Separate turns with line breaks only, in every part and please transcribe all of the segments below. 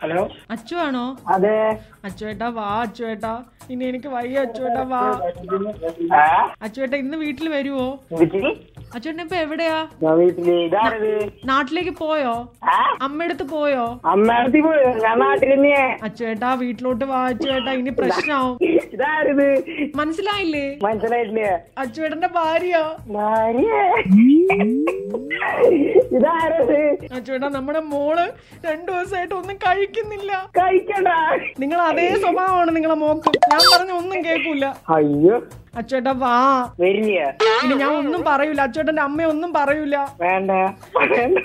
Hello
Achu ആണോ
അതെ
അച്ചുവേട്ടാ വാ അച്ചുവേട്ടാ ഇനി എനിക്ക് വയ്യ അച്ചുവേട്ടാ വാ
ആ?
അച്ചുവേട്ടാ ഇന്ന് വീട്ടിൽ വരുവോ
വിക്കി?
അച്ചുവേട്ടൻ ഇപ്പൊ എവിടെയാ
ഞാൻ വീട്ടില് ഇതാരത്
നാട്ടിലേക്ക് പോയോ
ആ?
അമ്മയടുത്ത് പോയോ
അമ്മേടത്തി പോയി ഞാൻ നാട്ടിലെന്നെ
അച്ചുവേട്ടാ വീട്ടിലോട്ട് വാ അച്ചുവേട്ടാ ഇനി പ്രശ്നാവും
ഇതാരത്
മനസ്സിലായില്ലേ
മനസ്സിലായിട്ടില്ലേ
അച്ചുവേട്ടന്റെ ഭാര്യ
ഭാര്യേ. ഇതാരത്
അച്ചുവേട്ടാ നമ്മുടെ മോള് രണ്ടു ദിവസമായിട്ട് ഒന്നും കഴിക്കുന്നില്ല
കഴിക്കണ്ട
നിങ്ങൾ അതേ സ്വഭാവമാണ് നിങ്ങളെ മോക്ക് ഞാൻ പറഞ്ഞ ഒന്നും കേൾക്കൂല
അയ്യോ
അച്ചുവേട്ടാ വാ
വരില്ല
ഇനി ഞാൻ ഒന്നും പറയൂല അച്ചുവേട്ടന്റെ അമ്മ ഒന്നും പറയൂല
വേണ്ട വേണ്ട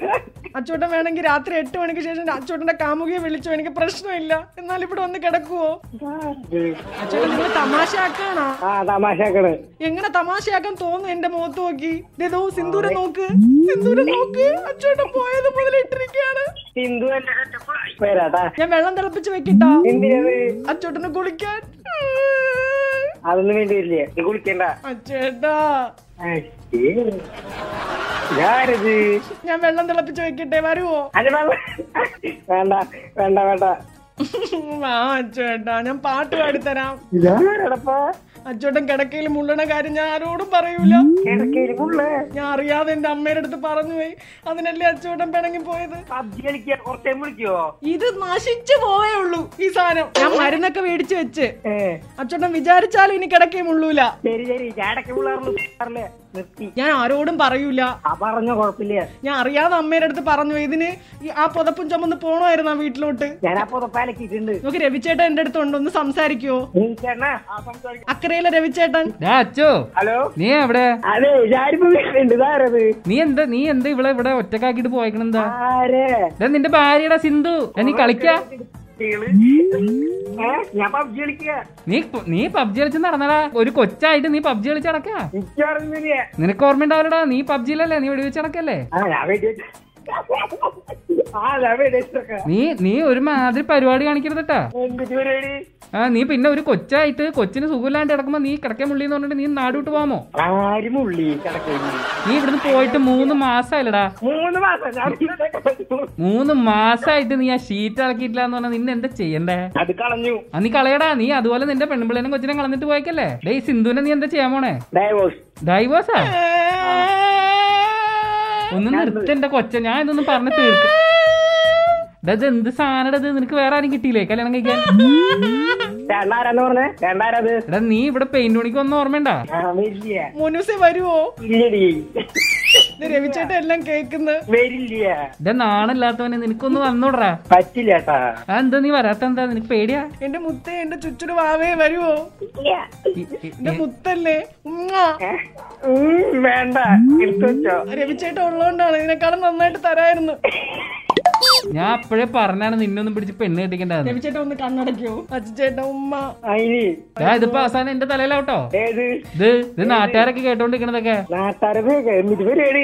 അച്ചുവേട്ടൻ വേണമെങ്കിൽ രാത്രി എട്ട് മണിക്ക് ശേഷം അച്ചുവേട്ടന്റെ കാമുകിയെ വിളിച്ചോ എനിക്ക് പ്രശ്നമില്ല എന്നാൽ ഇവിടെ ഒന്ന് കിടക്കുവോ
ഇതാരത്?
അച്ചുവേട്ടൻ നിങ്ങൾ തമാശയാക്കാണോ
ആ തമാശക്കണ്
എങ്ങനെ തമാശയാക്കാൻ തോന്നുന്നു എന്റെ മുഖത്ത് നോക്കി ഇതേതോ സിന്ദൂരെ നോക്ക് സിന്ദൂരെ നോക്ക് അച്ചുവേട്ടൻ പോയത് മുതൽ ഇട്ടിരിക്കുകയാണ്
സിന്ധു എന്റെ വരാട്ടാ
ഞാൻ വെള്ളം തിളപ്പിച്ച് വെക്കിട്ടാ
എന്തിനത്
അച്ചുവേട്ടന് കുളിക്കാൻ
അതൊന്നും വേണ്ടി വരില്ലേ നീ കുളിക്കണ്ട
അച്ചുവേട്ടാ
അയ്യേ. ഇതാരത്
ഞാൻ വെള്ളം തിളപ്പിച്ച് വെക്കട്ടെ വരുവോ
അത് വേണ്ട വേണ്ട വേണ്ട വേണ്ട
വാ അച്ചുവേട്ടാ ഞാൻ പാട്ട് പാടിത്തരാം
ഇതാരടപ്പാ
അച്ചുവേട്ടൻ കിടക്കയിൽ മുള്ളണ കാര്യം ഞാൻ ആരോടും പറയൂല
കിടക്കയിൽ പുള്ള
ഞാൻ അറിയാതെ എന്റെ അമ്മയുടെ അടുത്ത് പറഞ്ഞു പോയി അതിനല്ലേ അച്ചുവേട്ടൻ പിണങ്ങി പോയത്
പബ്ജി കളിക്കുക കുറച്ചേ വിളിക്കോ
ഇത് നശിച്ചു പോവേ ഉള്ളൂ ഈ സാധനം ഞാൻ മരുന്നൊക്കെ മേടിച്ചു വെച്ച്
ഏ
അച്ചോട്ടൻ വിചാരിച്ചാലും ഇനി കിടക്കേ മുള്ളൂല
ശരി ശരി ചാടക്ക് പിള്ളേറില്ലേ നിർത്തി
ഞാൻ ആരോടും പറയൂല
ആ പറഞ്ഞ കുഴപ്പമില്ല
ഞാൻ അറിയാതെ അമ്മയുടെ അടുത്ത് പറഞ്ഞു ഇതിന് ഈ- ആ പുതപ്പും ചുമന്ന് പോണമായിരുന്നു ആ വീട്ടിലോട്ട്
ഞാൻ ആ പുതപ്പാലക്കിട്ടുണ്ട്
നമുക്ക് രവിച്ചേട്ടൻ എന്റെ അടുത്ത് ഉണ്ടോ ഒന്ന് സംസാരിക്കുവോ അക്കരയിലെ രവിച്ചേട്ടൻ
ഡാ അച്ചോ
ഹലോ
നീ എവിടെ
അതെ ഞാനിപ്പോ വീട്ടിലുണ്ട് ഇതാരത്
നീ എന്താ നീ എന്താ ഇവിടെ ഇവിടെ ഒറ്റക്കാക്കിട്ട് പോയിക്കണെന്താ
ആരേ
ഡാ നിന്റെ ഭാര്യയുടെ സിന്ധു ഡാ, നീ കളിക്കാ
ഏ, ഞാൻ പബ്ജി കളിക്കുക
നീ പ- നീ പബ്ജി കളിച്ച് നടന്നടാ ഒരു കൊച്ചായിട്ട് നീ പബ്ജി കളിച്ച് നടക്കാ
എനിക്ക് അറിഞ്ഞില്ല
നിനക്ക് ഓർമ്മയുണ്ടാവില്ലടാ നീ പബ്ജിയിലല്ലേ നീ വെടിവെച്ച് നടക്കല്ലേ
ആ ഞാൻ വേണ്ടി ആ ഞാൻ വേണ്ടി
നീ നീ ഒരു മാതിരി പരിപാടി കാണിക്കരുതട്ടാ
എന്തിട്ട് പരിപാടി
ആ നീ പിന്നെ ഒരു കൊച്ചായിട്ട് കൊച്ചിന് സുഖമില്ലാണ്ട് കിടക്കുമ്പോ നീ കിടക്കാൻ മുള്ളിന്ന് പറഞ്ഞിട്ട് നീ നാട് വിട്ട് പോകാമോ
ആരും ഉള്ളി കിടക്കുന്നു
നീ ഇവിടുന്ന് പോയിട്ട് മൂന്ന് മാസമായില്ലടാ
മൂന്ന് മാസം ഞാൻ ഇവിടെ കിടക്കുന്നു.
മൂന്ന് മാസമായിട്ട് നീ ആ ഷീറ്റ് ഇളക്കിയിട്ടില്ല എന്ന് പറഞ്ഞാൽ നിന്നെ എന്താ ചെയ്യണ്ടേ
അത് കളഞ്ഞു
ആ നീ കളയടാ നീ അതുപോലെ നിന്റെ പെൺപിള്ളേനും കൊച്ചിനെ കളഞ്ഞിട്ട് പോയേക്കല്ലേ ഡേ സിന്ധുവിനെ നീ എന്താ ചെയ്യാൻ പോണേ
ഡൈവോഴ്സ്
ഡൈവേഴ്സാ ഒന്ന് നിർത്തണ്ട കൊച്ച ഞാൻ ഇതൊന്നും പറഞ്ഞ് തീർക്കും ഡാ, ഇത് എന്ത് സാധനടാ ഇത് നിനക്ക് വേറെ ആരും കിട്ടിയില്ലേ കല്യാണം കഴിക്കാൻ
രണ്ടാരാന്ന് പറഞ്ഞേ രണ്ടാരത്
എടാ നീ ഇവിടെ പെയിന്റ് പണിക്ക് ഒന്നും ഓർമ്മയുണ്ടാ
വരില്ല
മുനുസെ വരുവോ
ഇല്ലടി
ഇത് രവിച്ചേട്ടൻ എല്ലാം കേൾക്കുന്നത്
വരില്ല
ഇതാ നാണില്ലാത്തവനെ നിനക്കൊന്ന് വന്നോടാ
പറ്റില്ല ഏട്ടാ
ആ എന്താ നീ വരാത്ത എന്താ നിനക്ക് പേടിയാ
എന്റെ മുത്തേ എന്റെ ചുറ്റുടു വാവേ വരുവോ
ഇ- ഇ-
എന്റെ മുത്തല്ലേ ഉമ്മ
ഉം, വേണ്ട എടുത്തു വെച്ചോ
രവിച്ചേട്ടൻ ഉള്ളതുകൊണ്ടാണ് ഇതിനെക്കാളും നന്നായിട്ട് തരായിരുന്നു
ഞാൻ അപ്പോഴേ പറഞ്ഞാണ് നിന്നൊന്നും പിടിച്ച് പെണ്ണ് കെട്ടിക്കണ്ടായിരുന്നു
രവിച്ചേട്ടൻ ഒന്ന് കണ്ണടയ്ക്കോ അച്ഛേട്ടൻ ഉമ്മ
അയിന്
ഞാൻ ഇതിപ്പോ അവസാനം എന്റെ തലയിലാവട്ടോ
ഏത്
ഇത് ഇത് നാട്ടുകാരൊക്കെ കേട്ടോണ്ടിരിക്കണതൊക്കെ
നാട്ടാരത് എന്തിട്ട് പരിപാടി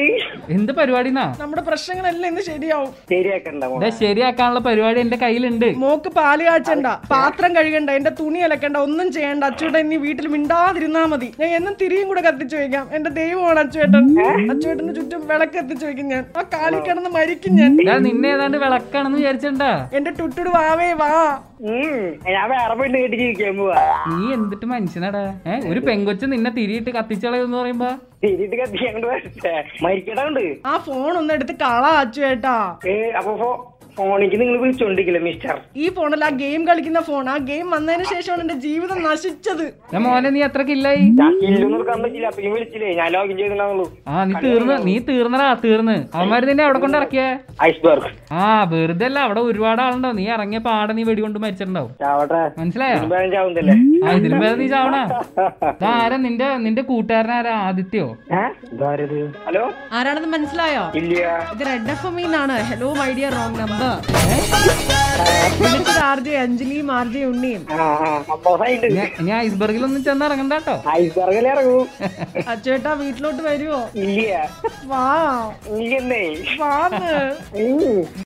എന്ത് പരിപാടിന്നാ
നമ്മുടെ പ്രശ്നങ്ങളെല്ലാം ഇന്ന് ശരിയാവും
ശരിയാക്കണ്ട മോനെ.
ഇതാ ശരിയാക്കാനുള്ള പരിപാടി എന്റെ കയ്യിലുണ്ട്
മോക്ക് പാല് കാച്ചണ്ട പാത്രം കഴുകണ്ട എന്റെ തുണി അലക്കണ്ട ഒന്നും ചെയ്യണ്ട അച്ചുവേട്ടൻ ഇനി വീട്ടിൽ മിണ്ടാതിരുന്നാ മതി ഞാൻ എന്നും തിരിയും കൂടെ കത്തിച്ചു വയ്ക്കാം എന്റെ ദൈവമാണ് അച്ചുവേട്ടൻ അച്ചുവേട്ടന് ചുറ്റും വിളക്ക് എത്തിച്ചു വയ്ക്കും ഞാൻ ആ കാലി കിടന്ന് മരിക്കും ഞാൻ
ഇതാ നിന്നെ ഏതാണ്ട് വിളക്കാണെന്ന് വിചാരിച്ചിണ്ടാ
എന്റെ ടുട്ടുടു വാവേ വാ
ഉം, ഞാൻ വേറെ പെണ്ണ് കെട്ടി ജീവിക്കാൻ പോവാ
നീ എന്തിട്ട് മനുഷ്യനാടാ ഏ ഒരു പെങ്കൊച്ച് നിന്നെ തിരിയിട്ട് കത്തിച്ചളയെന്ന് പറയുമ്പോ
തിരിട്ട് കത്തിയാണ്ട് വരട്ടെ മരിക്കടാണ്ട്
ആ ഫോൺ ഒന്ന് എടുത്ത് കളാ അച്ചുവേട്ടാ
ഏ അപ്പൊ ഫോ- ഫോണിക്ക് നിങ്ങൾ വിളിച്ചോണ്ടിരിക്കില്ല മിസ്റ്റർ
ഈ ഫോണല്ല ആ ഗെയിം കളിക്കുന്ന ഫോൺ ആ ഗെയിം വന്നതിന് ശേഷമാണ് എന്റെ ജീവിതം നശിച്ചത്
ഞാൻ മോനെ നീ അത്രക്കില്ലായി
ഞാൻ കില്ലും കൊടുക്കാൻ പറ്റില്ല അപ്പൊ ഈ വിളിച്ചില്ലേ ഞാൻ ലോഗിൻ ചെയ്തിട്ടുണ്ടാവുള്ളൂ
ആ നീ തീർന്ന് നീ തീർന്നടാ തീർന്ന് അവന്മാര് നിന്നെ അവിടെ കൊണ്ട് ഇറക്കിയേ
ഐസ്ബർഗ്
ആ വെറുതെ അല്ല അവിടെ ഒരുപാട് ആളുണ്ടോ നീ ഇറങ്ങിയ പാടെ നീ വെടികൊണ്ട് മരിച്ചിട്ടുണ്ടാവും
ചാവട്ടെ
മനസ്സിലായോ
ചാവുന്നല്ലേ
ആ ഇതിലും വേറെ നീ ചാവണ ഇതാരാ നിന്റെ നിന്റെ കൂട്ടുകാരനാരാ ആദിത്യോ
ഹലോ
ആരാണെന്ന് മനസ്സിലായോ
ഇല്ല
ഇത് റെഡ് എഫ് എമ്മിന്നാണ് hello my dear wrong number വിളിച്ചത് ആർ ജെ അഞ്ജലിയും ആർ ജെ ഉണ്ണിയും
ആ ആ അപ്പൊ സൈഡ്
ഞാൻ ഐസ്ബർഗിലൊന്നും ചെന്ന് ഇറങ്ങണ്ടാട്ടോ
ഐസ്ബർഗിൽ ഇറങ്ങൂ
അച്ചേട്ടാ വീട്ടിലോട്ട് വരുവോ
ഇല്ല
വാ
ഇല്ലെന്നേ
വാന്ന്
ഉം.